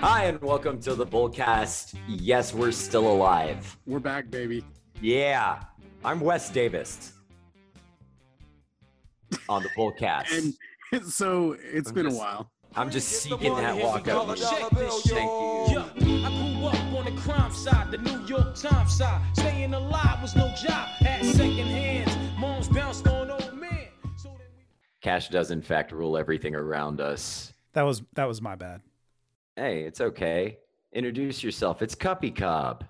Hi, and welcome to the Bullcast. Yes, we're still alive. We're back, baby. Yeah, I'm Wes Davis on the Bullcast. And so it's I'm been a just- while. I'm just Get the seeking money, that here's the walk dollar, up. dollar bill, Thank yo. you. Yeah, I grew up on the crime side, the New York Times side. Staying alive was no job. Had second hands, moms bounced on old men. So then we- Cash does, in fact, rule everything around us. That was that was my bad. Hey, it's okay. Introduce yourself. It's Cuppy Cobb.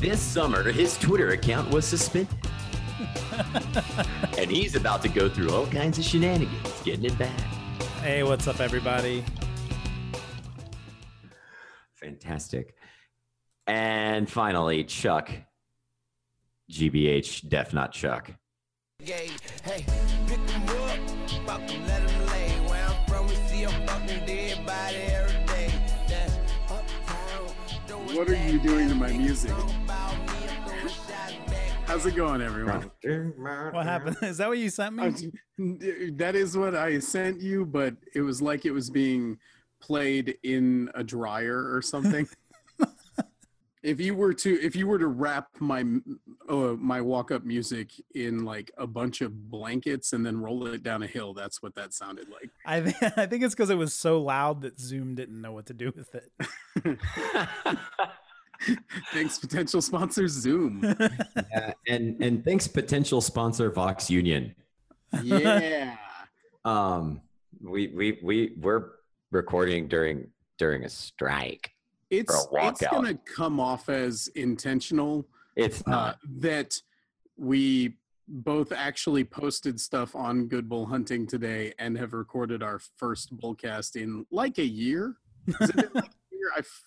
This summer, his Twitter account was suspended. and he's about to go through all kinds of shenanigans getting it back. Hey, what's up, everybody? Fantastic. And finally, Chuck. GBH, Def Not Chuck. Gay, hey, pick 'em up, fucking let 'em lay. Where I'm from, we see a fucking dead body every day. That's uptown. doing What are you that. doing to my music? Talk about me, I'm throwing shots back. How's it going, everyone? What What happened? Is that what you sent me? I'm j- That is what I sent you, but it was like it was being played in a dryer or something. if you were to if you were to wrap my m- uh, my walk up music in like a bunch of blankets and then roll it down a hill, that's what that sounded like. I th- I think it's because it was so loud that Zoom didn't know what to do with it. Thanks, potential sponsor Zoom. Uh, yeah, and, and thanks, potential sponsor Vox Union. Yeah. Um, we we we we're recording during during a strike. It's, it's walkout. gonna come off as intentional It's uh, not. that we both actually posted stuff on Good Bull Hunting today and have recorded our first bullcast in like a year. Has it been like a year? I f-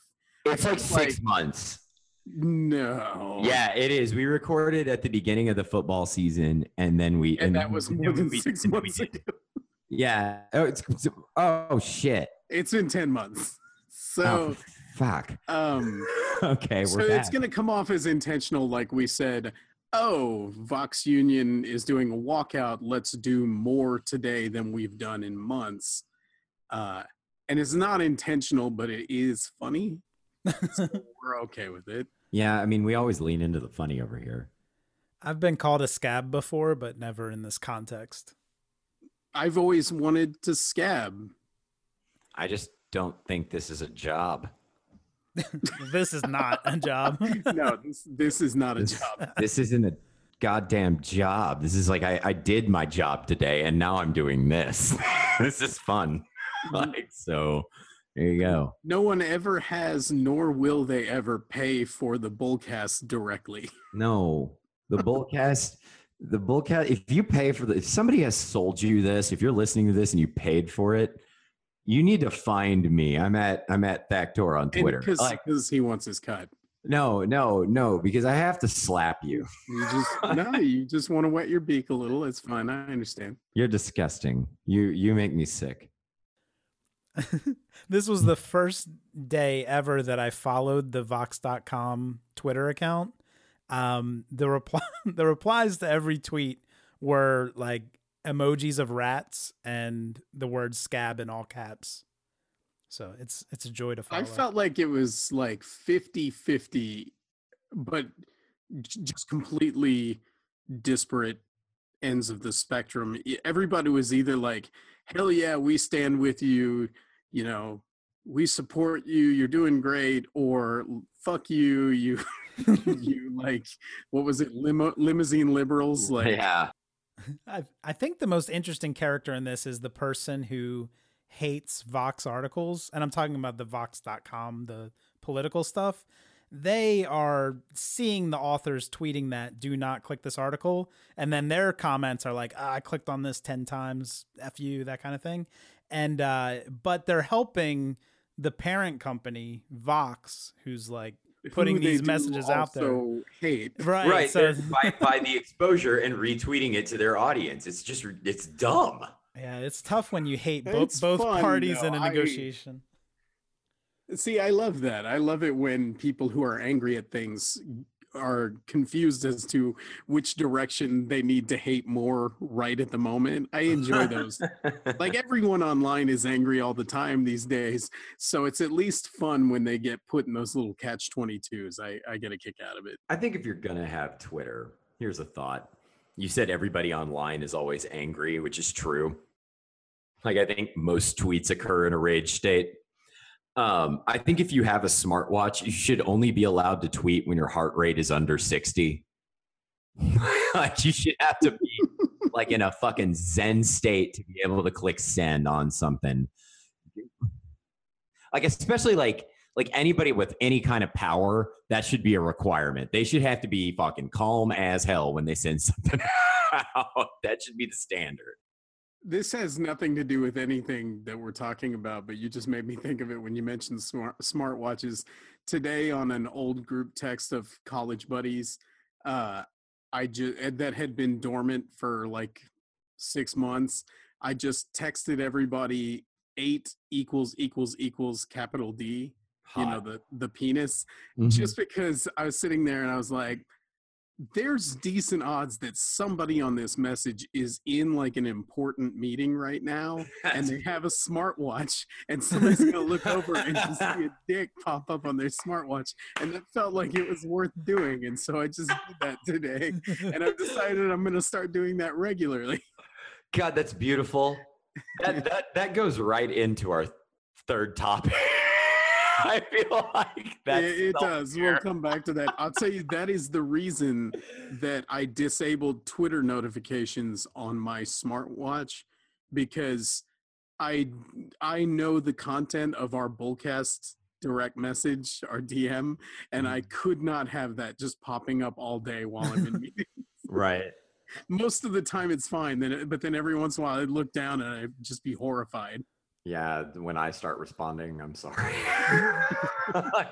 it's like six months. no. Yeah, it is. We recorded at the beginning of the football season, and then we And that was then more than we- six and then we months did- ago. Yeah. Oh, it's oh shit. It's been 10 months. Oh, So, fuck. um, Okay, we're so back. it's going to come off as intentional, like we said. Oh, Vox Union is doing a walkout. Let's do more today than we've done in months. Uh, and it's not intentional, but it is funny. so we're okay with it. yeah, I mean, we always lean into the funny over here. I've been called a scab before, but never in this context. I've always wanted to scab. I just don't think this is a job. This is not a job. No, this, this is not a This- job. this isn't a goddamn job. This is like I, I did my job today, and now I'm doing this. this is fun. like so, there you go. No one ever has, nor will they ever pay for the bullcast directly. No, the bullcast, the bullcast. If you pay for the, if somebody has sold you this, if you're listening to this and you paid for it, you need to find me. I'm at I'm at Factor on Twitter. Because Like he wants his cut. no, no, no, because I have to slap you. You just no, you just want to wet your beak a little. It's fine. I understand. You're disgusting. You you make me sick. this was the first day ever that I followed the Vox.com Twitter account. Um, the reply, the replies to every tweet were like emojis of rats and the word "scab" in all caps. So it's it's a joy to follow. I felt like it was like 50-50, but j- just completely disparate ends of the spectrum. E- Everybody was either like, "Hell yeah, we stand with you," you know, "We support you. You're doing great," or "Fuck you, you." you like what was it limo limousine liberals like yeah. I, I think the most interesting character in this is the person who hates Vox articles. And I'm talking about the Vox.com, the political stuff. They are seeing the authors tweeting that, do not click this article. And then their comments are like, "Ah, I clicked on this 10 times, F you, that kind of thing. And, uh, but they're helping the parent company, Vox, who's like putting who they these do messages out there. also hate Right. right So, there's- by, by the exposure and retweeting it to their audience it's just it's dumb yeah, it's tough when you hate bo- It's both fun, parties though. in a I- negotiation. See, I love that. I love it when people who are angry at things are confused as to which direction they need to hate more right at the moment. I enjoy those. like everyone online is angry all the time these days, so it's at least fun when they get put in those little catch 22s. I I get a kick out of it. I think if you're gonna have Twitter, here's a thought. You said everybody online is always angry, which is true. Like I think most tweets occur in a rage state. Um, I think if you have a smartwatch, you should only be allowed to tweet when your heart rate is under 60. like you should have to be like in a fucking zen state to be able to click send on something. Like especially like like anybody with any kind of power, that should be a requirement. They should have to be fucking calm as hell when they send something out. That should be the standard. This has nothing to do with anything that we're talking about, but you just made me think of it when you mentioned smart smartwatches. Today, on an old group text of college buddies, uh, I just that had been dormant for like six months. I just texted everybody eight equals equals equals capital D. You know Hot. the the penis, Mhm. just because I was sitting there and I was like, there's decent odds that somebody on this message is in like an important meeting right now and they have a smartwatch and somebody's gonna look over and just see a dick pop up on their smartwatch and that felt like it was worth doing and so i just did that today and i've decided i'm gonna start doing that regularly God, that's beautiful. That that that goes right into our third topic. I feel like that's it, it does we'll self-care. come back to that i'll tell you that is the reason that i disabled twitter notifications on my smartwatch because i i know the content of our bullcast direct message our dm and i could not have that just popping up all day while i'm in meeting right. most of the time it's fine then it- but then every once in a while i'd look down and i'd just be horrified Yeah, when I start responding, I'm sorry.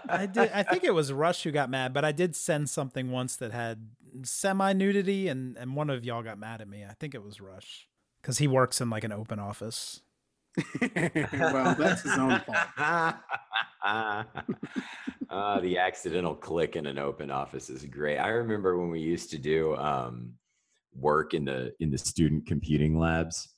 I did. I think it was Rush who got mad, but I did send something once that had semi nudity, and and one of y'all got mad at me. I think it was Rush because he works in like an open office. well that's his own fault Ah, the accidental click in an open office is great. I remember when we used to do um, work in the in the student computing labs.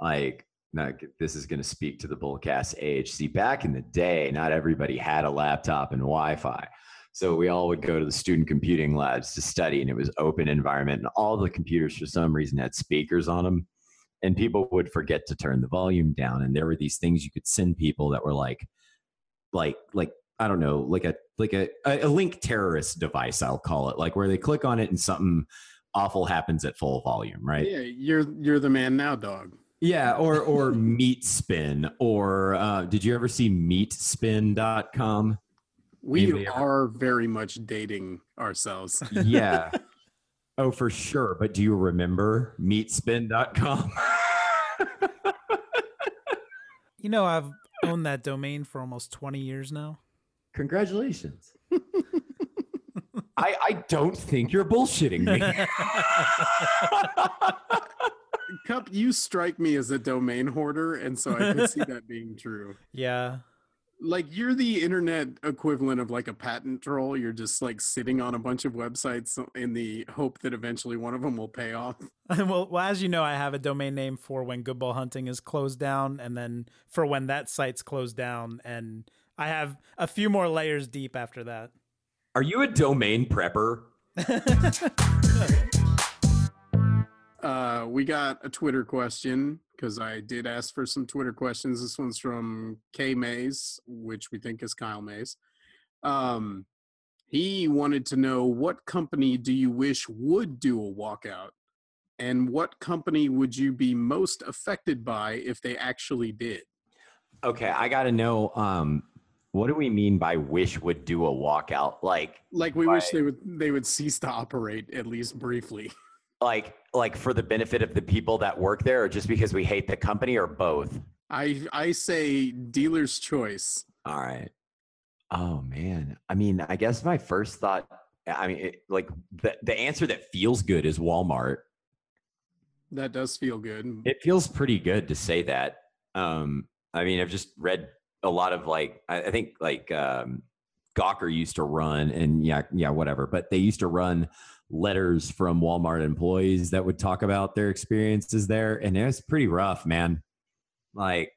Like, not, this is going to speak to the bullcast age. See, back in the day, not everybody had a laptop and Wi-Fi. So we all would go to the student computing labs to study, and it was open environment, and all the computers for some reason had speakers on them, and people would forget to turn the volume down. And there were these things you could send people that were like, like, like I don't know, like a like a a a link terrorist device, I'll call it, like where they click on it and something awful happens at full volume, right? yeah you're you're the man now dog Yeah, or or meat spin or uh, did you ever see meatspin.com? We Anybody ever- are very much dating ourselves. Yeah. oh, for sure, but do you remember meatspin.com? You know, I've owned that domain for almost twenty years now. Congratulations. I I don't think you're bullshitting me. Cup, you strike me as a domain hoarder, and so I could see that being true. Yeah, Like you're the internet equivalent of like a patent troll. You're just like sitting on a bunch of websites uh, in the hope that eventually one of them will pay off. well, well, as you know, I have a domain name for when Good Ball Hunting is closed down, and then for when that site's closed down, and I have a few more layers deep after that. Are you a domain prepper? Uh, we got a Twitter question because I did ask for some Twitter questions. This one's from K Mays, which we think is Kyle Mays. Um, he wanted to know what company do you wish would do a walkout, and what company would you be most affected by if they actually did? Okay, I got to know um what do we mean by wish would do a walkout? Like Like we wish they would they would cease to operate at least briefly. like like for the benefit of the people that work there or just because we hate the company or both I I say dealer's choice. all right oh man i mean i guess my first thought i mean it, like the, the answer that feels good is walmart That does feel good. it feels pretty good to say that um i mean i've just read a lot of like i, I think like um Gawker used to run, and yeah, yeah, whatever. But they used to run letters from Walmart employees that would talk about their experiences there, and it was pretty rough, man. Like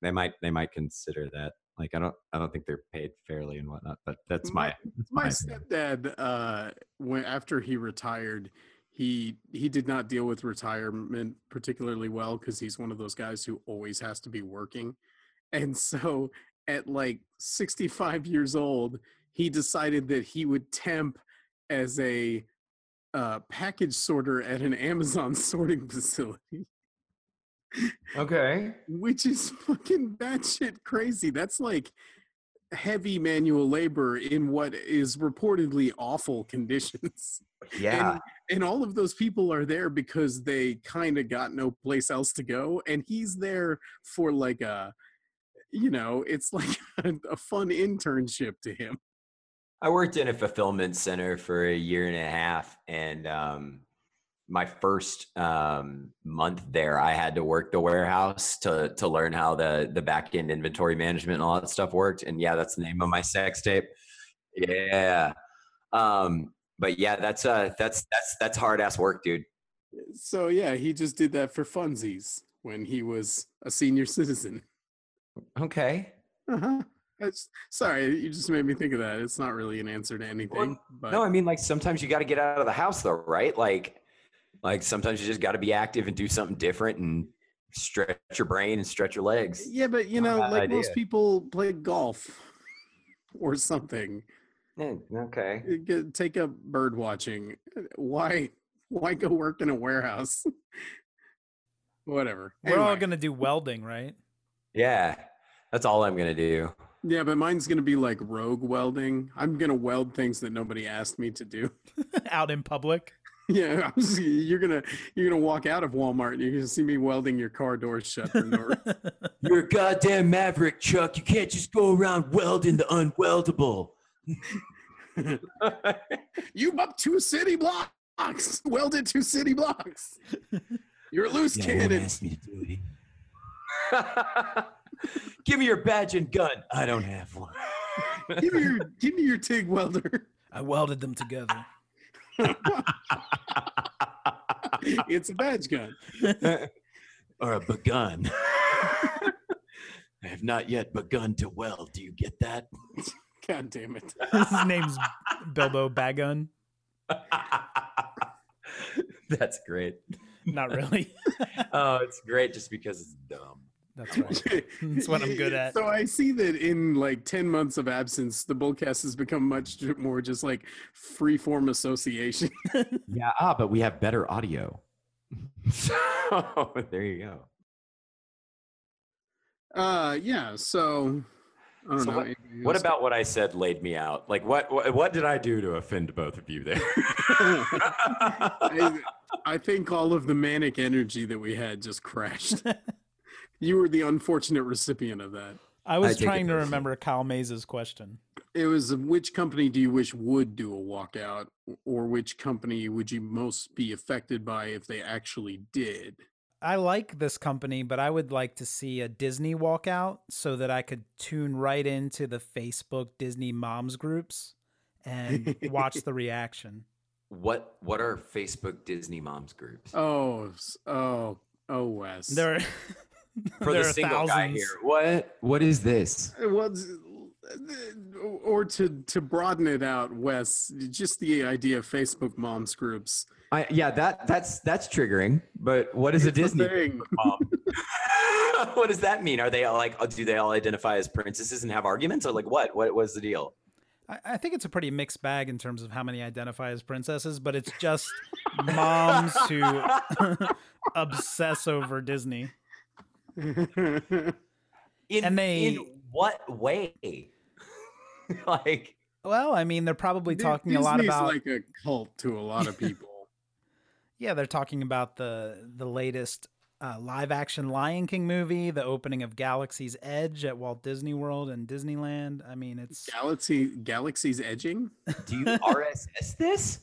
they might they might consider that. Like I don't I don't think they're paid fairly and whatnot. But that's my that's my my opinion. stepdad uh when after he retired he he did not deal with retirement particularly well because he's one of those guys who always has to be working and so at like 65 years old he decided that he would temp as a uh, package sorter at an amazon sorting facility Okay. which is fucking batshit crazy. That's like heavy manual labor in what is reportedly awful conditions. Yeah. And, and all of those people are there because they kind of got no place else to go. And he's there for like a, you know, it's like a, a fun internship to him. I worked in a fulfillment center for a year and a half, and um, my first um, month there, I had to work the warehouse to to learn how the the back end inventory management and all that stuff worked. And yeah, that's the name of my sex tape. Yeah, um, but yeah, that's uh, that's that's that's hard ass work, dude. So yeah, he just did that for funsies when he was a senior citizen. Okay. Uh-huh. That's, sorry, you just made me think of that. It's not really an answer to anything. But No, I mean like sometimes you got to get out of the house though, right? Like, like sometimes you just got to be active and do something different and stretch your brain and stretch your legs. Yeah, but you Not a know, bad like most idea. people play golf or something. Yeah, okay. It could Take up bird watching. Why? Why go work in a warehouse? Whatever. We're all Anyway. gonna do welding, right? Yeah. That's all I'm gonna do. Yeah, but mine's gonna be like rogue welding. I'm gonna weld things that nobody asked me to do. Out in public. yeah, I'm just- you're gonna you're gonna walk out of Walmart and you're gonna see me welding your car doors shut for no reason. You're a goddamn maverick, Chuck. You can't just go around welding the unweldable. You up two city blocks. Welded two city blocks. You're a loose cannon. asked me to do it. Give me your badge and gun. I don't have one. Give me your give me your TIG welder. I welded them together. It's a badge gun. or a begun. I have not yet begun to weld. Do you get that? God damn it. His name's Bilbo Bagun. That's great. Not really. Oh, it's great just because it's dumb. That's right. That's what I'm good at. So I see that in like 10 months of absence, the bullcast has become much more just like free form association. Yeah, ah, but we have better audio. so there you go. Uh yeah, so I don't So know. what- anything What else? about what I said laid me out? Like what what, what did I do to offend both of you there? I, I think all of the manic energy that we had just crashed. you were the unfortunate recipient of that. I I was take it trying to personally. remember Kyle Mays's question. It was uh, which company do you wish would do a walkout, or which company would you most be affected by if they actually did? I like this company, but I would like to see a Disney walkout so that I could tune right into the Facebook Disney moms groups and watch the reaction. what what are Facebook Disney moms groups? Oh, s- oh, oh, Wes. There, For there the are single guy thousands. here. What What is this? It was, uh, or to to broaden it out, Wes, just the idea of Facebook moms groups. I yeah, that that's that's triggering. But what is a Here's Disney? the thing. mom? what does that mean? Are they all like uh, do they all identify as princesses and have arguments or like what? What was the deal? I, I think it's a pretty mixed bag in terms of how many identify as princesses, but it's just moms who obsess over Disney. In, And they- in what way? like Well, I mean, they're probably Di- talking a lot Disney's about like a cult to a lot of people. yeah, they're talking about the the latest uh, live action Lion King movie, the opening of Galaxy's Edge at Walt Disney World and Disneyland. I mean, it's Galaxy, galaxy's edging. do you RSS this?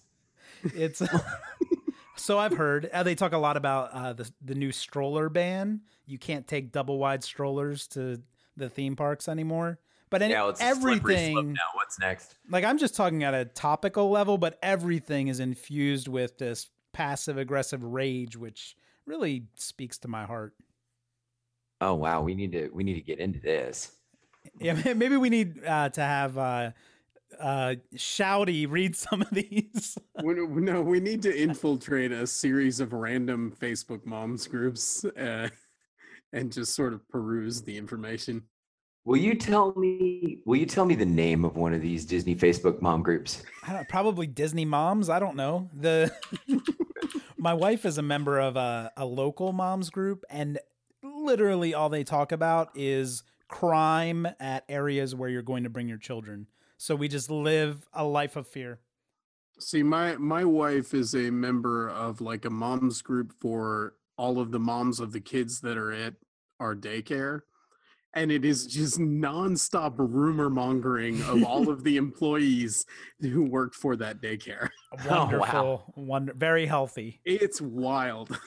it's. so I've heard uh, they talk a lot about uh, the the new stroller ban. You can't take double wide strollers to the theme parks anymore But any, yeah, well, it's a slippery slope everything, now. What's next? like I'm just talking at a topical level, but everything is infused with this passive aggressive rage, which really speaks to my heart. Oh wow, we need to we need to get into this. Yeah, may- maybe we need uh, to have uh, uh, Shouty read some of these. We- we- no, we need to infiltrate a series of random Facebook moms groups uh, and just sort of peruse the information. Will you tell me? Will you tell me the name of one of these Disney Facebook mom groups? I don't, probably Disney moms. I don't know. The my wife is a member of a, a local moms group, and literally all they talk about is crime at areas where you're going to bring your children. So we just live a life of fear. See, my my wife is a member of like a moms group for all of the moms of the kids that are at our daycare. And it is just nonstop rumor mongering of all of the employees who worked for that daycare. Oh, wow. Wonderful, wonder, very healthy. It's wild.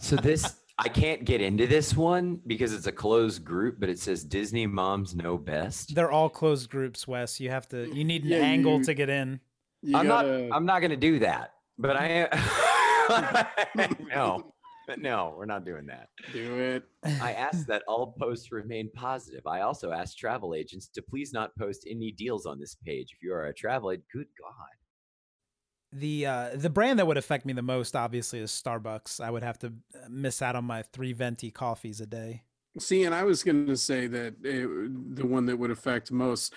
So this I can't get into this one because it's a closed group, but it says Disney moms know best. They're all closed groups, Wes. You have to. You need an Yeah, angle you- to get in. You I'm gotta- not. I'm not going to do that. But I no, no, we're not doing that. do it. I ask that all posts remain positive. I also ask travel agents to please not post any deals on this page. If you are a travel agent, good God. the uh, the brand that would affect me the most obviously is Starbucks. I would have to uh, miss out on my three venti coffees a day. See, and I was going to say that it, the one that would affect most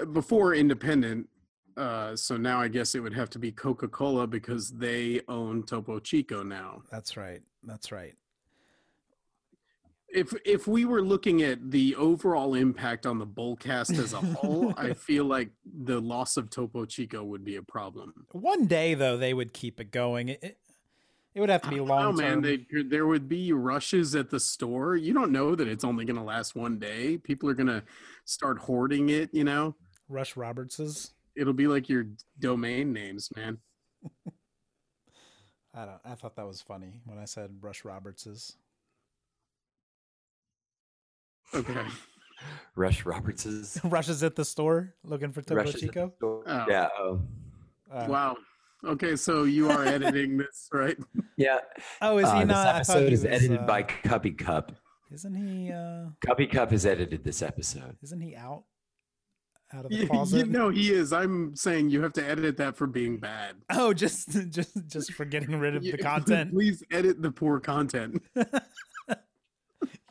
uh, before independent. Uh, so now I guess it would have to be Coca Cola because they own Topo Chico now. That's right. That's right. If if we were looking at the overall impact on the bullcast as a whole, I feel like the loss of Topo Chico would be a problem. One day though, they would keep it going. It, it, it would have to be Oh long man, term. they, there would be rushes at the store. You don't know that it's only going to last one day. People are going to start hoarding it. You know, Rush Roberts's. it'll be like your domain names, man. I don't. I thought that was funny when I said Rush Roberts's. Okay. Rush Roberts's. Rushes at the store looking for Topo Rush is at the Chico. store. Oh. Yeah. Oh, Uh, Wow. Okay, so you are editing this, right? yeah. Oh, is he Uh, not? This I thought episode he is was, edited uh, by Cubby Cup. Isn't he? uh Cubby Cup has edited this episode. Isn't he out? Out of the You, closet. you know he is. I'm saying you have to edit that for being bad. Oh, just just just for getting rid of You- the content. Please edit the poor content.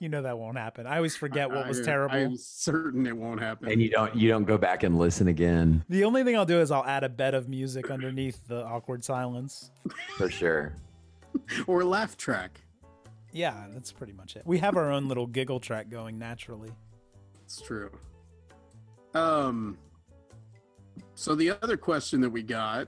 You know that won't happen. I always forget what was I- uh, terrible. I'm certain it won't happen. And you don't you don't go back and listen again the only thing I'll do is I'll add a bed of music underneath the awkward silence. for sure. or laugh track. Yeah, that's pretty much it. We have our own little giggle track going naturally. It's true. Um. So the other question that we got,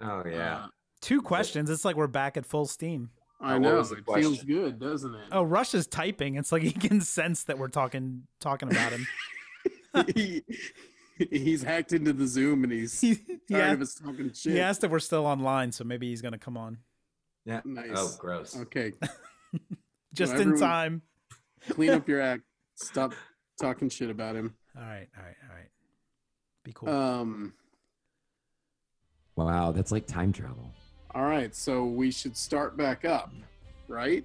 Oh uh, Two questions. It's like we're back at full steam. I Uh, what know was the it feels question? good, doesn't it? Oh, Rush is typing. It's like he can sense that we're talking talking about him. he, he's hacked into the Zoom and he's tired he, he of asked, us talking shit. he asked if we're still online, so maybe he's gonna come on yeah. Nice. Oh, gross. Okay, just in everyone- time. clean up your act. Stop talking shit about him. All right, all right, all right. Be cool. Um. Wow, that's like time travel. All right, so we should start back up, right?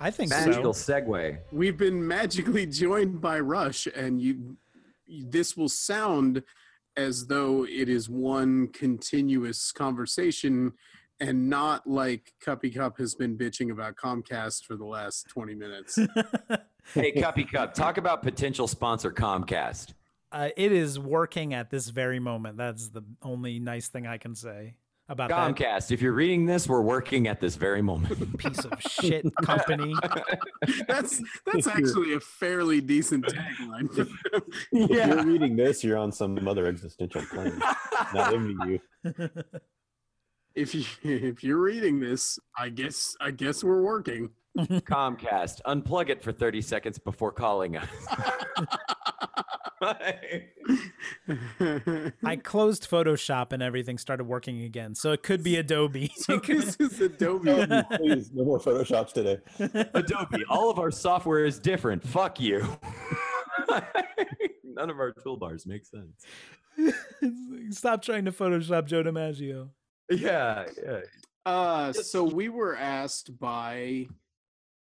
I think Magical so. segue. We've been magically joined by Rush, and you. This will sound as though it is one continuous conversation, and not like Cuppy Cup has been bitching about Comcast for the last twenty minutes. Hey, Cuppy Cup, talk about potential sponsor Comcast. Uh, it is working at this very moment. That's the only nice thing I can say about that Comcast, if you're reading this, we're working at this very moment. piece of shit company. that's that's actually a fairly decent tagline. for them. If you're reading this, you're on some other existential plane. Not envy you. if you if you're reading this, I guess I guess we're working. Comcast, unplug it for 30 seconds before calling us. I closed Photoshop and everything started working again. So it could be Adobe. so this is Adobe. Oh, please, no more photoshops today. Adobe, all of our software is different. Fuck you. None of our toolbars make sense. Stop trying to Photoshop Joe DiMaggio. Yeah, yeah. Uh, so we were asked by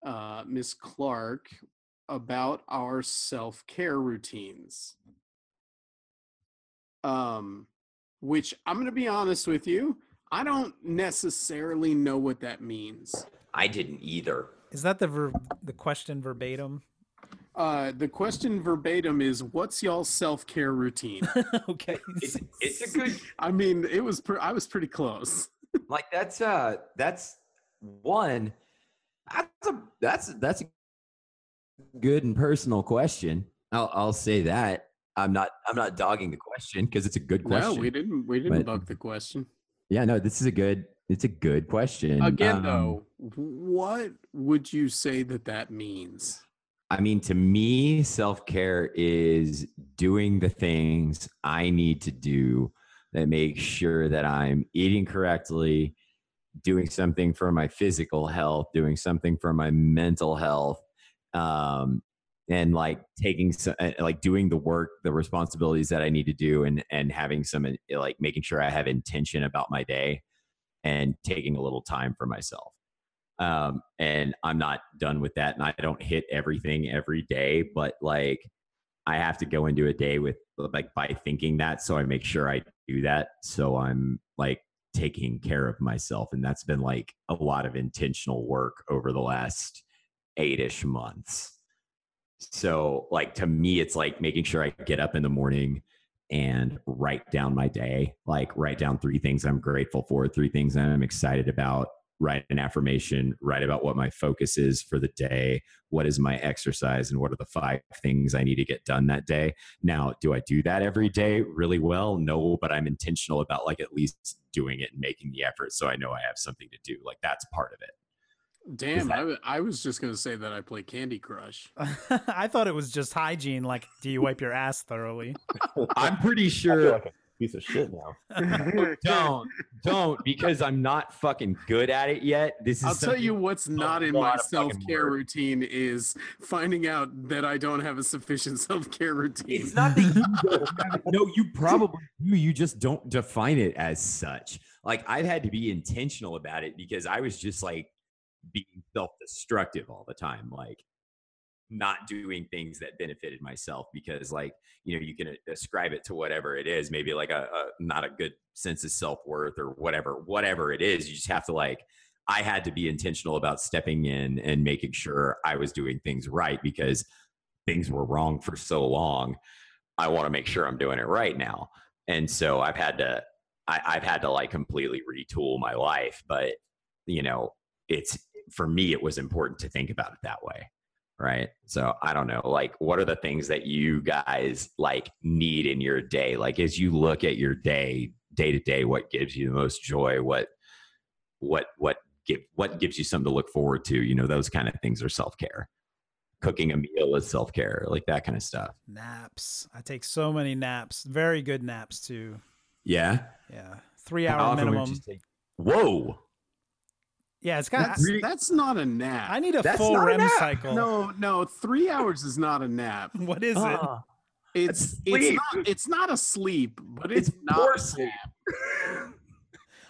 uh, Miss Clark about our self care routines. Um, which I'm going to be honest with you, I don't necessarily know what that means. I didn't either. Is that the ver- the question verbatim? Uh, the question verbatim is, "What's y'all self care routine?" okay. It's, it's a good I mean, it was pre- I was pretty close. like that's uh that's one That's a that's that's a good and personal question. I'll I'll say that. I'm not I'm not dogging the question because it's a good question. No, we didn't. We didn't But- bug the question. yeah, no, this is a good it's a good question. Again, Um, though, what would you say that that means? I mean, to me, self care is doing the things I need to do that make sure that I'm eating correctly, doing something for my physical health, doing something for my mental health, um, and like taking some, like doing the work, the responsibilities that I need to do, and and having some uh, like making sure I have intention about my day, and taking a little time for myself um, and I'm not done with that. And I don't hit everything every day, but like I have to go into a day with like by thinking that, so I make sure I do that. So I'm like taking care of myself, and that's been like a lot of intentional work over the last eight-ish months. So like to me, it's like making sure I get up in the morning and write down my day, like write down three things I'm grateful for, three things I'm excited about, write an affirmation, write about what my focus is for the day, what is my exercise, and what are the five things I need to get done that day. Now, do I do that every day really well? No, but I'm intentional about like at least doing it and making the effort so I know I have something to do. Like that's part of it. Damn, that- I wa- I was just gonna say that I play Candy Crush. I thought it was just hygiene. Like, do you wipe your ass thoroughly? I'm pretty I feel sure like a piece of shit now. don't don't because I'm not fucking good at it yet. This is I'll tell something- you what's not in lot my of self fucking care work. routine is finding out that I don't have a sufficient self care routine. it's not that you no, you probably do. You just don't define it as such. Like I've had to be intentional about it because I was just like being self-destructive all the time, like not doing things that benefited myself because like you know you can uh, ascribe it to whatever it is maybe like a, a not a good sense of self-worth or whatever whatever it is you just have to like i had to be intentional about stepping in and making sure i was doing things right because things were wrong for so long I want to make sure I'm doing it right now. And so I've had to, I, I've had to like completely retool my life. But, you know, it's for me, it was important to think about it that way. Right. So I don't know. Like, what are the things that you guys like need in your day? Like, as you look at your day, day to day, what gives you the most joy? What, what, what, give, what gives you something to look forward to? You know, those kind of things are self care. Cooking a meal is self care, like that kind of stuff. naps. I take so many naps. Very good naps too. Yeah. Yeah, three How hour often would you minimum. take- Whoa. Yeah, it's got. That's, that's not a nap. I need a That's full not a REM nap. cycle. no, Uh-uh. no, three hours is not a nap. What is it? Ah, It's it's sleep. not it's not a sleep, but it's, It's not poor a sleep. nap.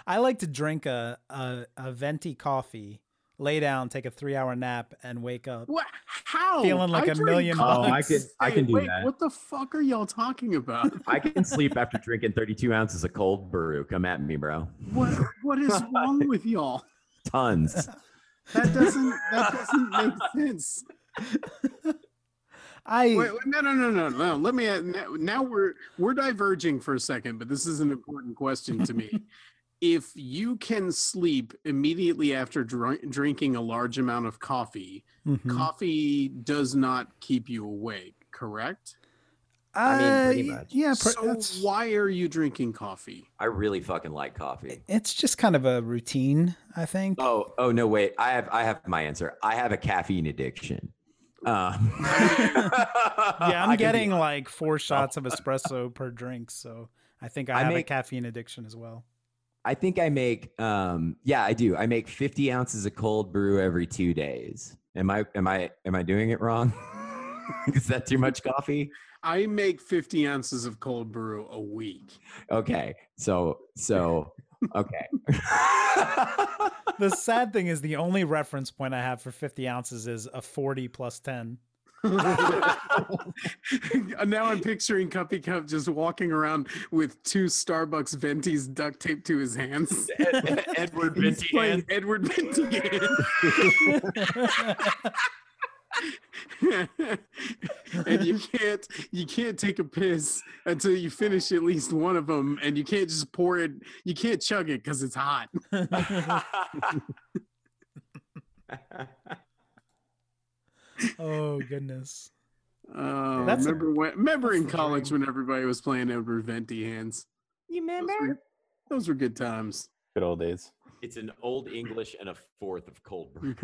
I like to drink a a, a venti coffee, lay down, take a three hour nap, and wake up. What? How? Feeling like a a million Oh, I can I can do wait, that. What the fuck are y'all talking about? I can sleep after drinking 32 ounces of cold brew. Come at me, bro. What what is wrong with y'all? Tons. That doesn't that doesn't make sense. I Wait, wait, no, no, no, no, no. Let me. add- Now, now we're we're diverging for a second, but this is an important question to me. if you can sleep immediately after drink, drinking a large amount of coffee, Mhm. coffee does not keep you awake, correct? I mean, pretty Uh, much. Yeah, pr- so that's- why are you drinking coffee? I really fucking like coffee. it's just kind of a routine, I think. Uh, Oh, oh no, wait. I have I have my answer. I have a caffeine addiction. Um, yeah, yeah, I'm getting like Oh. four shots of espresso per drink, so I think I I have a make- caffeine addiction as well. I think I make um yeah, I do. I make 50 ounces of cold brew every two days. Am I am I am I doing it wrong? Is that too much coffee? I make 50 ounces of cold brew a week. Okay. So, so, okay. The sad thing is the only reference point I have for 50 ounces is a 40 plus 10. now I'm picturing Cuppy Cup just walking around with two Starbucks ventis duct taped to his hands. Edward He's Vinci playing Edward Vinci. and you can't you can't take a piss until you finish at least one of them, and you can't just pour it. You can't chug it because it's hot. oh goodness. Uh, That's a- remember when, remember in that's a college when everybody was playing Edward Venti hands. You Those were, those were good times. Uh, Good old days. It's an old English and a fourth of cold brew.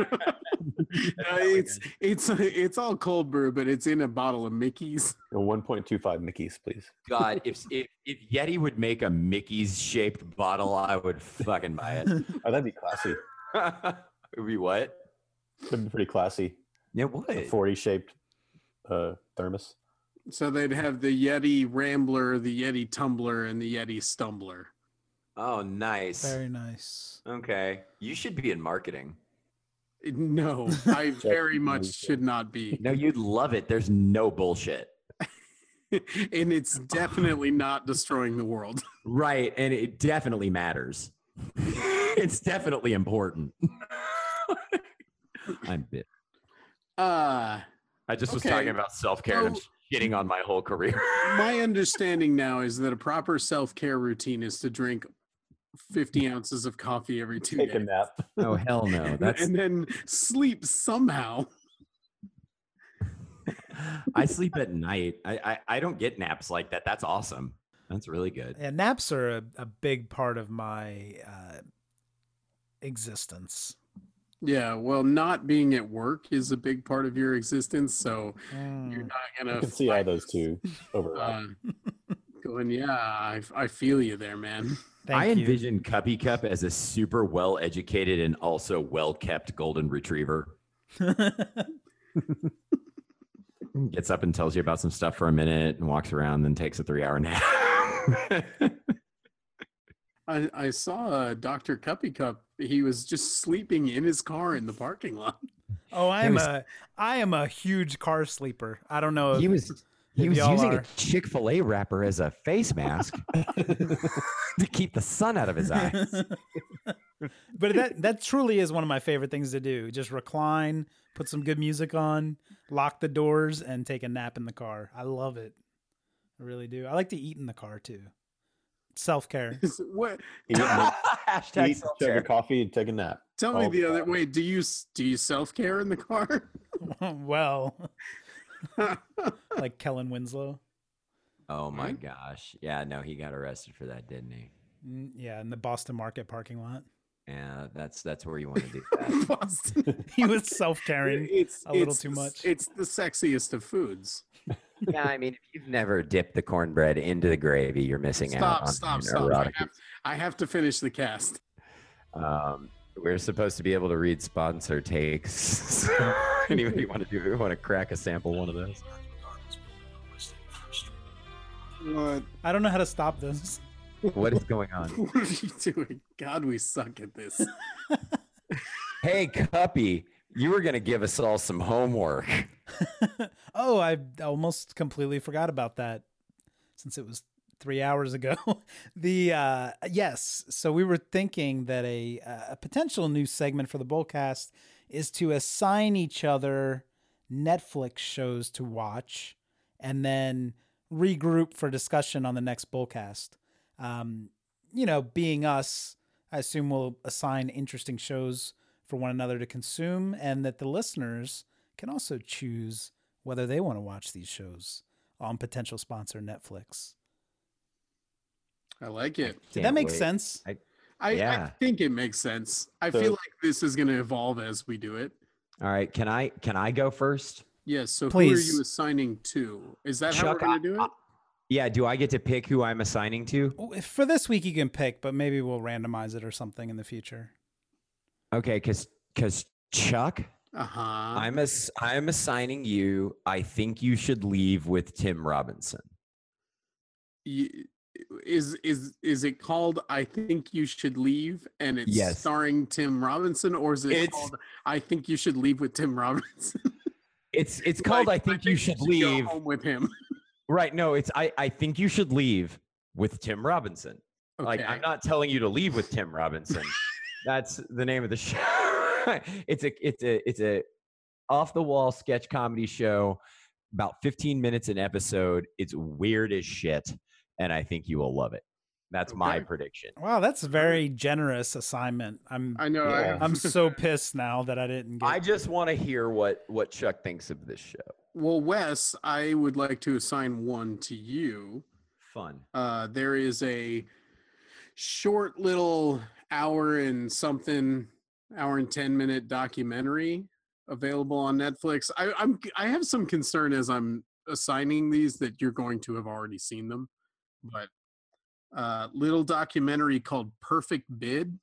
Oh Uh, it's it's it's all cold brew, but it's in a bottle of Mickey's. A 1.25 Mickey's, please. God, if if if Yeti would make a Mickey's shaped bottle, I would fucking buy it. Oh, that'd be classy. It'd be what? That'd be pretty classy. It A would. 40 shaped uh, thermos. So they'd have the Yeti Rambler, the Yeti Tumbler, and the Yeti Stumbler. Oh, nice. Very nice. Okay, you should be in marketing. No, I very much Mickey. should not be, No, you'd love it. There's no bullshit. and it's definitely not destroying the world. Right. And it definitely matters. it's definitely important. I'm bit. Uh I just was Okay. talking about self care and I'm So- shitting on my whole career. my understanding now is that a proper self care routine is to drink fifty ounces of coffee every two Take a days, nap. Oh, hell no. That's, and then sleep somehow. I sleep at night. I, I, I don't get naps like that. That's awesome. That's really good. Yeah, naps are a, a big part of my uh, existence. Yeah, well, not being at work is a big part of your existence, so you're Mm. not I gonna. can see how fight those this, two overlap. Uh, going, yeah, I, I feel you there, man. Thank I you. envision Cuppy Cup as a super well educated and also well kept golden retriever. Mm. Gets up and tells you about some stuff for a minute and walks around, then takes a three hour nap. I, I saw uh, Doctor Cuppy Cup. He was just sleeping in his car in the parking lot. oh, I am was- a I am a huge car sleeper. I don't know. If, he was if he was y'all using are. a Chick Fil A wrapper as a face mask to keep the sun out of his eyes. but that that truly is one of my favorite things to do. Just recline, put some good music on, lock the doors, and take a nap in the car. I love it. I really do. I like to eat in the car too. Self care. what? Eat, Hashtag eat, chug a self-care. coffee, and take a nap. Tell me All the the other time. way. Do you s- do you self care in the car? well, like Kellen Winslow. Oh my gosh. Yeah, no, he got arrested for that, didn't he? Mm, Yeah, in the Boston Market parking lot. Yeah, that's that's where you want to do that. Boston. He was self caring. It's A little it's too the- much. It's the sexiest of foods. yeah, I mean, if you've never dipped the cornbread into the gravy, you're missing out. Stop! on Stop! an Stop! I erotic have, I have to finish the cast. Um, we're supposed to be able to read sponsor takes. So Anybody want to do? Want to crack a sample one of those? What? I don't know how to stop this. What is going on? What are you doing? God, we suck at this. Hey, Cuppy, you were going to give us all some homework. Oh, I almost completely forgot about that since it was three hours ago. the uh, yes, so we were thinking that a uh, a potential new segment for the Bullcast is to assign each other Netflix shows to watch and then regroup for discussion on the next Bullcast. Um, you know, being us, I assume we'll assign interesting shows for one another to consume, and that the listeners can also choose whether they want to watch these shows on potential sponsor Netflix. I like it. Did that Can't make wait. sense? I, I Yeah. think it makes sense. I So- feel like this is going to evolve as we do it. All right, can I can I go first? Yes. So who are Please. you assigning to? Is that Chuck, how we're going to do I- it? Yeah, do I get to pick who I'm assigning to? Well, if- For this week, you can pick, but maybe we'll randomize it or something in the future. Okay, cuz cuz Chuck Uh huh. I'm ass- I'm assigning you. I think you should leave with Tim Robinson. Is is is it called I think you should leave and it's Yes. starring Tim Robinson or is it It's- called I think you should leave with Tim Robinson? It's it's called Like, I think you should go leave. home with him. Right? No, it's I I think you should leave with Tim Robinson. Like Okay. I'm not telling you to leave with Tim Robinson. That's the name of the show. it's a it's a it's a off the wall sketch comedy show. About 15 minutes an episode. It's weird as shit, and I think you will love it. That's my Okay. prediction. Wow, that's a very generous assignment. I'm I know. I Yeah. have- I'm so pissed now that I didn't get. I just want to hear what what Chuck thinks of this show. well, Wes, I would like to assign one to you. Fun. Uh, there is a short little hour and something, hour and ten minute documentary available on Netflix. I, I'm I have some concern as I'm assigning these that you're going to have already seen them, but uh, little documentary called Perfect Bid.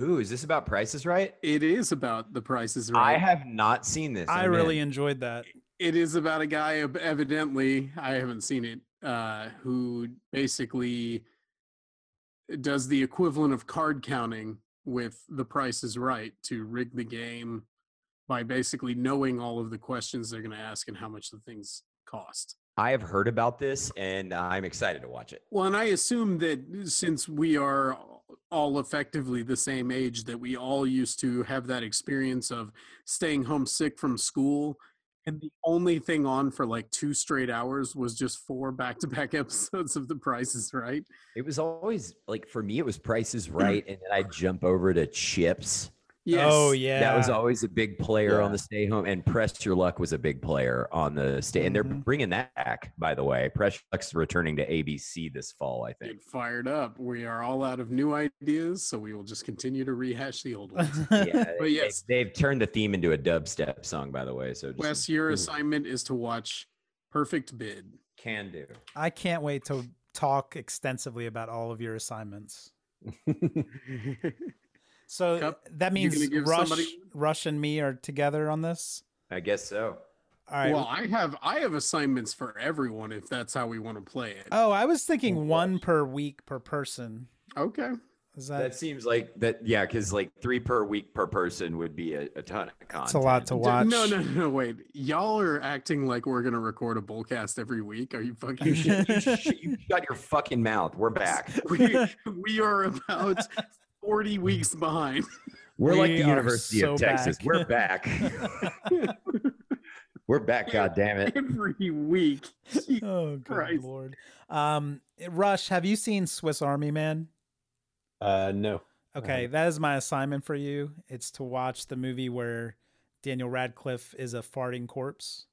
Ooh, is this about Prices Right? It is about the prices right. I have not seen this. I I'm really in. enjoyed that. it is about a guy ev- evidently i haven't seen it uh who basically does the equivalent of card counting with the price is right to rig the game by basically knowing all of the questions they're going to ask and how much the things cost I have heard about this, and I'm excited to watch it. well and i assume that since we are all effectively the same age that we all used to have that experience of staying homesick from school and the only thing on for like two straight hours was just four back-to-back episodes of the prices right It was always like for me, it was Prices Right, and then I jump over to Chips. Oh yeah, That was always a big player on Yeah. the Stay Home, and Press Your Luck was a big player on the Stay. And they're Mhm. bringing that back, by the way. Press Your Luck's returning to ABC this fall, I think. Get fired up. We are all out of new ideas, so we will just continue to rehash the old ones. Yeah, But they- yes. they, have turned the theme into a dubstep song, by the way. So just Wes, your Ooh. assignment is to watch Perfect Bid. can do. I can't wait to talk extensively about all of your assignments. So Cup, that you means gonna give Rush, somebody- Rush and me are together on this. I guess so. All right. Well, I have I have assignments for everyone if that's how we want to play it. oh, I was thinking one per week per person. okay. Is That that? seems like that. Yeah, because like three per week per person would be a, a ton of content. That's a lot to D- watch. No, no, no, wait. Y'all are acting like we're gonna record a bullcast every week. Are you fucking shit? you, sh- you shut your fucking mouth. We're back. we, we are about 40 weeks behind. We're like We the are University so of Texas. back. We're back. We're back. God damn it. Every week. Oh, good Christ. lord. Um, Rush, have you seen Swiss Army Man? Uh, no. Okay, that is my assignment for you. It's to watch the movie where Daniel Radcliffe is a farting corpse.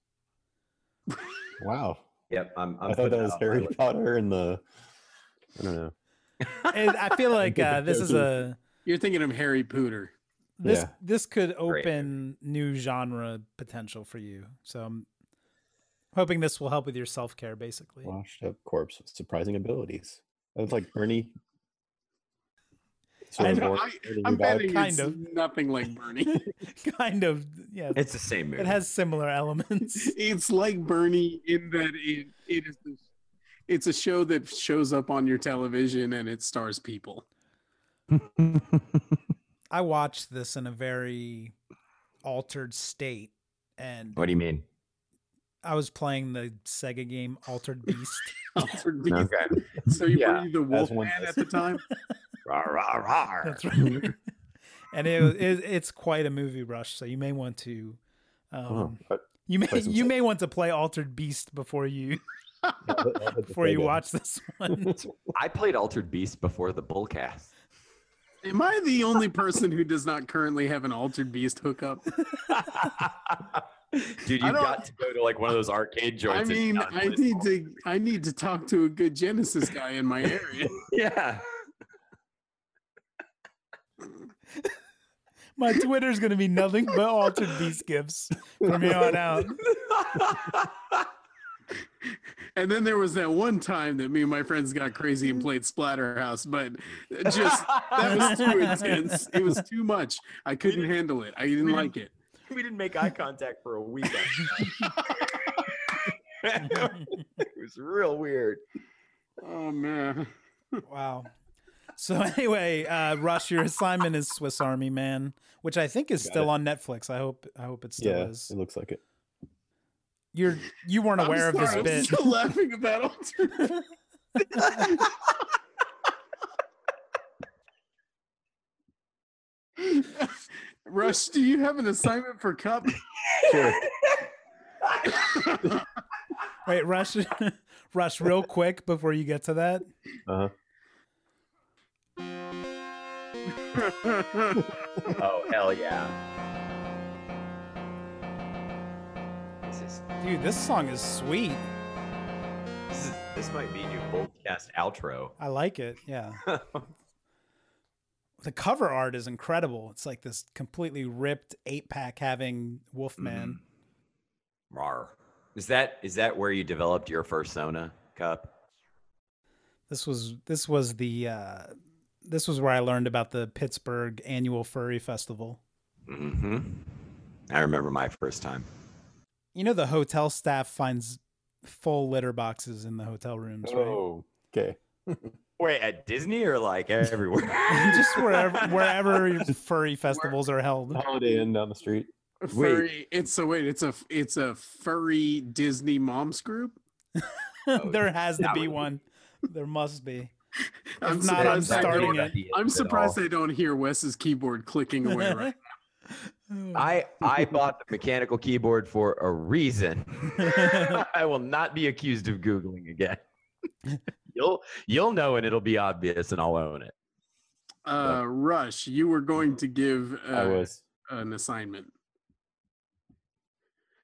Wow. Yep. I'm, I'm i thought putting that was on my Harry list. Potter and the. I don't know. And I feel like uh, this is a You're thinking of Harry Pooter. this Yeah. this could movie. open new genre potential for you. So I'm hoping this will help with your self care, basically. Washed up corpse with surprising abilities. That's like Bernie. Sort I of know, more I- Bernie I'm vibe. betting Kind it's of. nothing like Bernie. kind of, yeah. It's the same movie. It has similar elements. it's like Bernie in that it, it is this, it's a show that shows up on your television and it stars people. I watched this in a very altered state, and What do you mean? I was playing the Sega game Altered Beast. Altered Beast. Okay. So you Yeah, were you the that's wolf one man thing. at the time? Rawr, rawr, rawr. That's right. and it, was- it it's quite a movie rush, so you may want to Oh, um, but- you may play some you Sega. may want to play Altered Beast before you I'll put- I'll put the before you Sega. watch this one. I played Altered Beast before the Bullcast. Am I the only person who does not currently have an Altered Beast hookup? Dude, I you've don't- got to go to like one of those arcade I joints. and mean, not I play need Bull- to I need to talk to a good Genesis guy in my area. Yeah. My Twitter's gonna be nothing but Altered Beast gifts from here on out. And then there was that one time that me and my friends got crazy and played Splatterhouse, but just that was too intense. It was too much. I couldn't handle it. I didn't like it. we didn't make eye contact for a week. after that. it was real weird. Oh man. Wow. So anyway, uh, Rush, your assignment is Swiss Army Man, which I think is Got still it. on Netflix. I hope I hope it still yeah, is. it looks like it. You're you weren't I'm aware sorry, of I'm this bit. still laughing about alternate. Rush, do you have an assignment for Cup? Sure. Wait, Rush, Rush, real quick before you get to that. Uh-huh. Oh hell yeah! This is Dude, this song is sweet. this is this might be new podcast outro. I like it. Yeah. the cover art is incredible. It's like this completely ripped eight pack having Mm-hmm. Wolfman. Rar. Is that is that where you developed your persona cup? This was this was the uh, this was where I learned about the Pittsburgh annual furry festival. Mm-hmm. I remember my first time. You know the hotel staff finds full litter boxes in the hotel rooms, right? Oh, okay. Wait, at Disney or like everywhere? Just wherever wherever furry festivals are held. Holiday Inn down the street. furry. It's so wait. It's a it's a furry Disney moms group. there has to that be would be- one. There must be. I'm If not, I'm surprised. I starting don't- it. I'm surprised I don't hear Wes's keyboard clicking away right. I I bought the mechanical keyboard for a reason. I will not be accused of googling again. you'll you'll know and it'll be obvious and I'll own it. Uh, Rush, you were going to give uh, I was an assignment.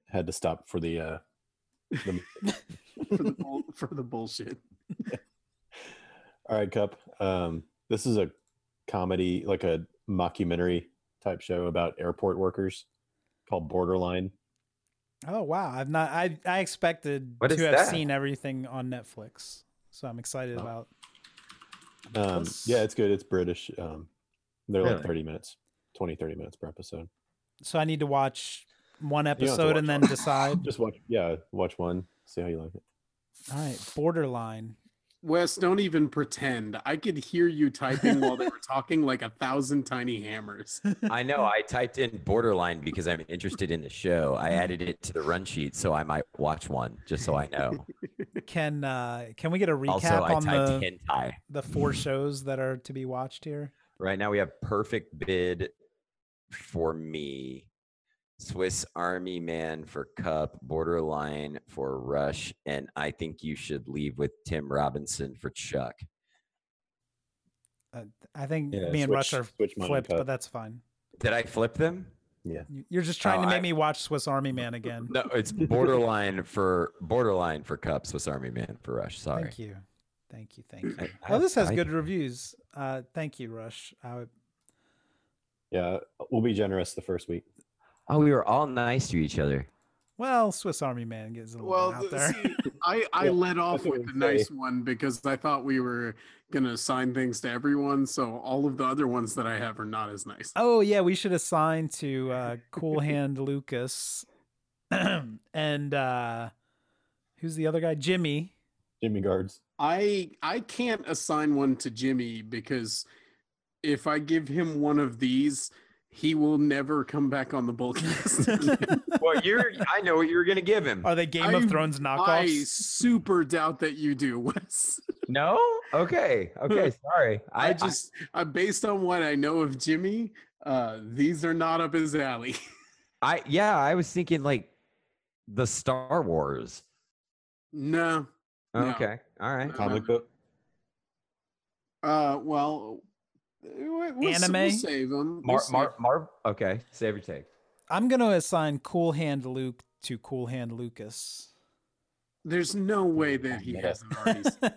had to stop for the uh the for the, bull- for the bullshit. All right, Cup. Um, this is a comedy, like a mockumentary type show about airport workers called Borderline. Oh wow! I've not. I I expected What to is have that? seen everything on Netflix, so I'm excited Oh. about. Um, That's- yeah, it's good. It's British. Um, they're like Really? 30 minutes, 20, 30 minutes per episode. So I need to watch one have to episode and watch then all. decide. Just watch, yeah, watch one, see how you like it. All right, borderline. Wes, don't even pretend. I could hear you typing while they were talking like a thousand tiny hammers. I know I typed in borderline because I'm interested in the show. I added it to the run sheet so I might watch one just so I know. Can uh can we get a recap also, I on typed the hentai. the four shows that are to be watched here? Right now we have perfect bid for me, Swiss Army Man for Cup, Borderline for Rush, and I think you should leave with Tim Robinson for Chuck. I think Yeah, me and Rush switch- are switch mine, flipped, but Cup. that's fine. Did I flip them? You- You're just trying Oh, to make I- me watch Swiss Army Man again. No, it's borderline for borderline for Cup, Swiss Army Man for Rush. Sorry. Thank you, thank you, thank you. I- oh, I- this has I- good reviews. Uh, thank you, Rush. I would, Yeah, we'll be generous the first week. Oh, we were all nice to each other. well, Swiss Army Man gets a little Well, out th- there. see, I, I Yeah, let off that's what with a I'm saying. nice one because I thought we were going to assign things to everyone. So all of the other ones that I have are not as nice. Oh yeah, we should assign to uh, Cool Hand Lucas and uh, who's the other guy? Jimmy. Jimmy Guards. I I can't assign one to Jimmy because if I give him one of these, he will never come back on the bullcast. Well, you're I know what you were gonna give him. Are they Game of I'm- Thrones I knockoffs? super doubt that you do, Wes. No? Okay. Okay, sorry. I, just, I, based on what I know of Jimmy, uh, these are not up his alley. I yeah, I was thinking like the Star Wars. no. No. Okay. All right. Comic book. Uh, well, we- we'll, s- We'll Anime? save them. Mar, Mar, Mar, okay. Save or take. I'm gonna assign Cool Hand Luke to Cool Hand Lucas. There's no way that he Yeah. hasn't already. seen-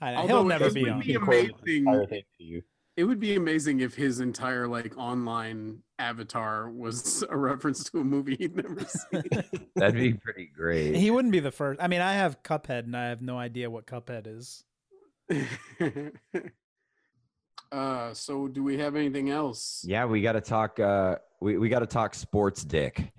I know, Although he'll never it be would on. be Can correlate the amazing. entire thing to you. It would be amazing if his entire like online avatar was a reference to a movie he'd never seen. That'd be pretty great. he wouldn't be the first. I mean, I have Cuphead, and I have no idea what Cuphead is. uh, so do we have anything else? yeah, we got to talk uh we, we got to talk sports dick.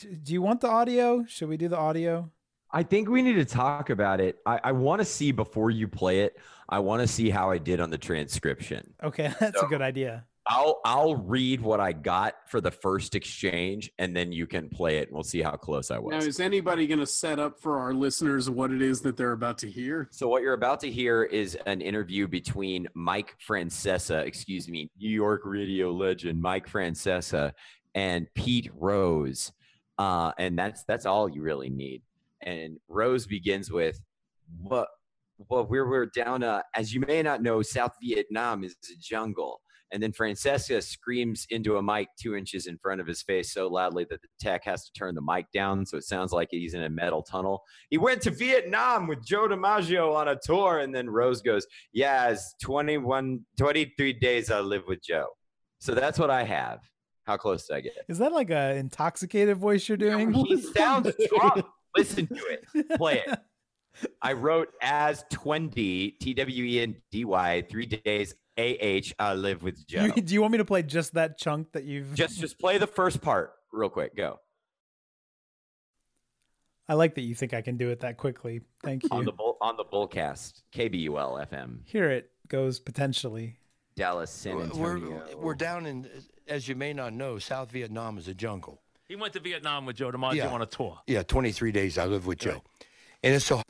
D- Do you want the audio? Should we do the audio? I think we need to talk about it. I, I want to see before you play it. I want to see how I did on the transcription. Okay, that's a So- good idea. I'll I'll read what I got for the first exchange, and then you can play it, and we'll see how close I was. Now, is anybody going to set up for our listeners what it is that they're about to hear? So what you're about to hear is an interview between Mike Francesa, excuse me, New York radio legend Mike Francesa and Pete Rose. Uh, and that's that's all you really need. And Rose begins with what well, we're, we're down, uh, as you may not know, South Vietnam is a jungle. And then Francesca screams into a mic two inches in front of his face so loudly that the tech has to turn the mic down. So it sounds like he's in a metal tunnel. He went to Vietnam with Joe DiMaggio on a tour. And then Rose goes, Yeah, it's 21, 23 days I live with Joe. So that's what I have. How close did I get? Is that like a intoxicated voice you're doing? He sounds drunk. Listen to it. Play it. I wrote as 20, T W E N D Y, three days A H, I live with Joe. You- do you want me to play just that chunk that you've? just just play the first part real quick. Go. I like that you think I can do it that quickly. Thank you. On the bull on the bullcast, KBUL FM, Here it goes potentially. Dallas, San We're, Antonio. we're down in, as you may not know, South Vietnam is a jungle. He went to Vietnam with Joe DiMaggio Yeah. on a tour. Yeah, 23 days I live with Joe. And it's so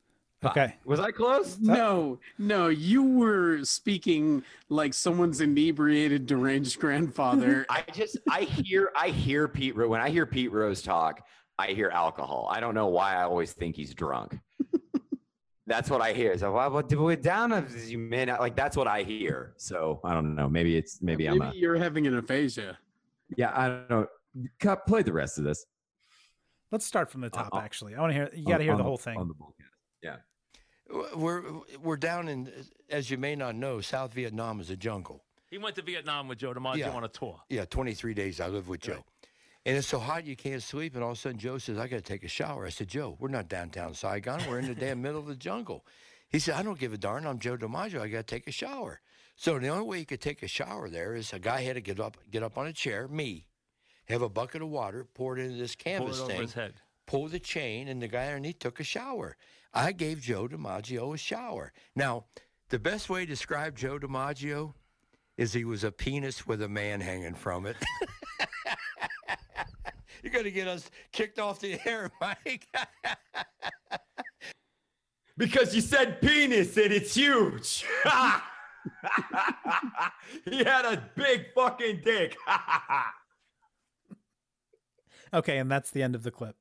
Okay. Was I close? No, no, you were speaking like someone's inebriated, deranged grandfather. I just I hear I hear Pete Ro- when I hear Pete Rose talk, I hear alcohol. I don't know why I always think he's drunk. that's what I hear. So why what we're down as you may not like that's what I hear. So I don't know. Maybe it's maybe, I'm a you're having an aphasia. yeah. I don't know. Cut, play the rest of this. Let's start from the top. uh, actually, I want to hear. You got to hear the whole thing. on the bullcast. we're we're down in, as you may not know, South Vietnam is a jungle. He went to Vietnam with Joe DiMaggio Yeah. on a tour. Yeah, 23 days I live with Joe. And it's so hot you can't sleep. And all of a sudden, Joe says, I got to take a shower. I said, Joe, we're not downtown Saigon. We're in the damn middle of the jungle. He said, I don't give a darn. I'm Joe DiMaggio. I got to take a shower. So the only way you could take a shower there is a guy had to get up, get up on a chair, me, have a bucket of water, pour it into this Pulled canvas it over thing his head. pulled the chain, and the guy underneath took a shower. I gave Joe DiMaggio a shower. Now, the best way to describe Joe DiMaggio is he was a penis with a man hanging from it. You're going to get us kicked off the air, Mike. Because you said penis and it's huge. he had a big fucking dick. Okay, and that's the end of the clip.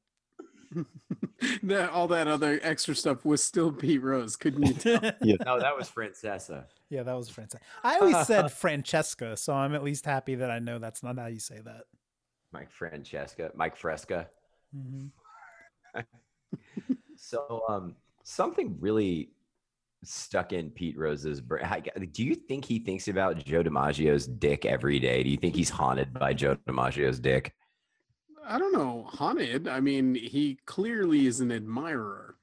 That all that other extra stuff was still Pete Rose, couldn't you tell? no, that was Francesa. Yeah, that was Francesca. I always said Francesca, so I'm at least happy that I know that's not how you say that. Mike Francesca, Mike Fresca. Mhm. So um something really stuck in Pete Rose's brain. I g- Do you think he thinks about Joe DiMaggio's dick every day? Do you think he's haunted by Joe DiMaggio's dick? I don't know, haunted. I mean, he clearly is an admirer.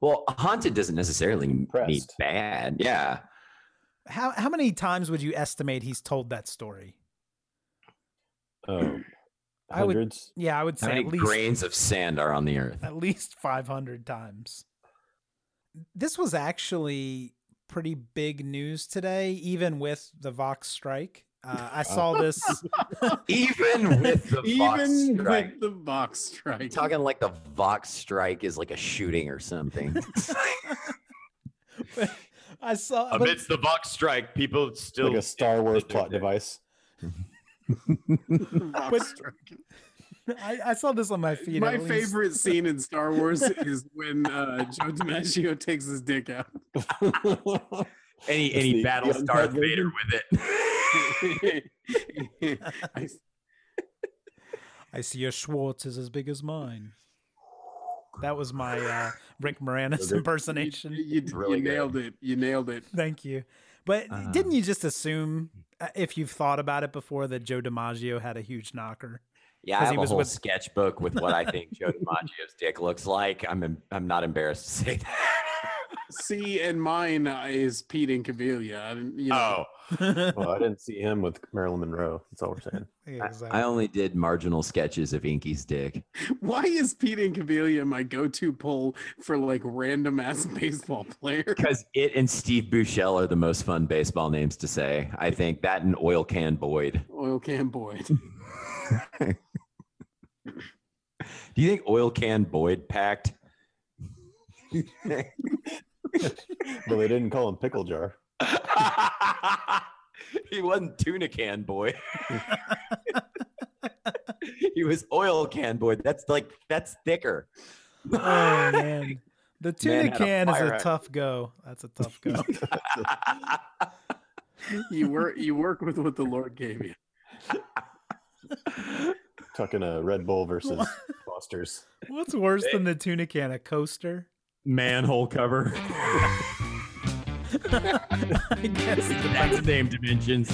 Well, haunted doesn't necessarily mean Impressed. bad. Yeah. How how many times would you estimate he's told that story? Um, I would- hundreds. Yeah, I would How say many at least Um, grains of sand are on the earth? at least 500 times. This was actually pretty big news today, even with the Vox strike. Uh, I saw this. Even with the Vox Even strike. with the box You're strike. talking like the Vox strike is like a shooting or something. I saw. But, the Vox strike, people still like a Star Wars plot device. the box But- strike. I, I saw this on my feed. My at least. favorite scene in Star Wars is when uh, Joe DiMaggio takes his dick out. Any It's the- any the battle Star uncut Vader version? with it. I- I see your Schwartz is as big as mine. That was my uh, Rick Moranis Okay. you, impersonation. you, you Really good. nailed it. You nailed it. Thank you. But Uh-huh. Uh. didn't you just assume, uh, if you've thought about it before, that Joe DiMaggio had a huge knocker? Yeah, I 'Cause have he a was whole with- sketchbook with what I think Joe DiMaggio's dick looks like. I'm em- I'm not embarrassed to say that. see, and mine uh, is Pete Incaviglia. I didn't, you Oh. know, Well, I didn't see him with Marilyn Monroe. That's all we're saying. exactly. I only did marginal sketches of Inky's dick. why is Pete Incaviglia my go-to poll for like random ass baseball player? Because it and Steve Bouchel are the most fun baseball names to say. I think that and Oil Can Boyd. Oil can Boyd. Do you think Oil Can Boyd packed? Well, they didn't call him Pickle Jar. he wasn't tuna can boy. he was oil can boy. That's like that's thicker. Oh man, the tuna Man had a can is fire a hydrant. tough go. That's a tough go. you work. You work with what the Lord gave you. Tucking a Red Bull versus Foster's. What's worse than the tuna can? A coaster? Manhole cover. I guess. That's name dimensions.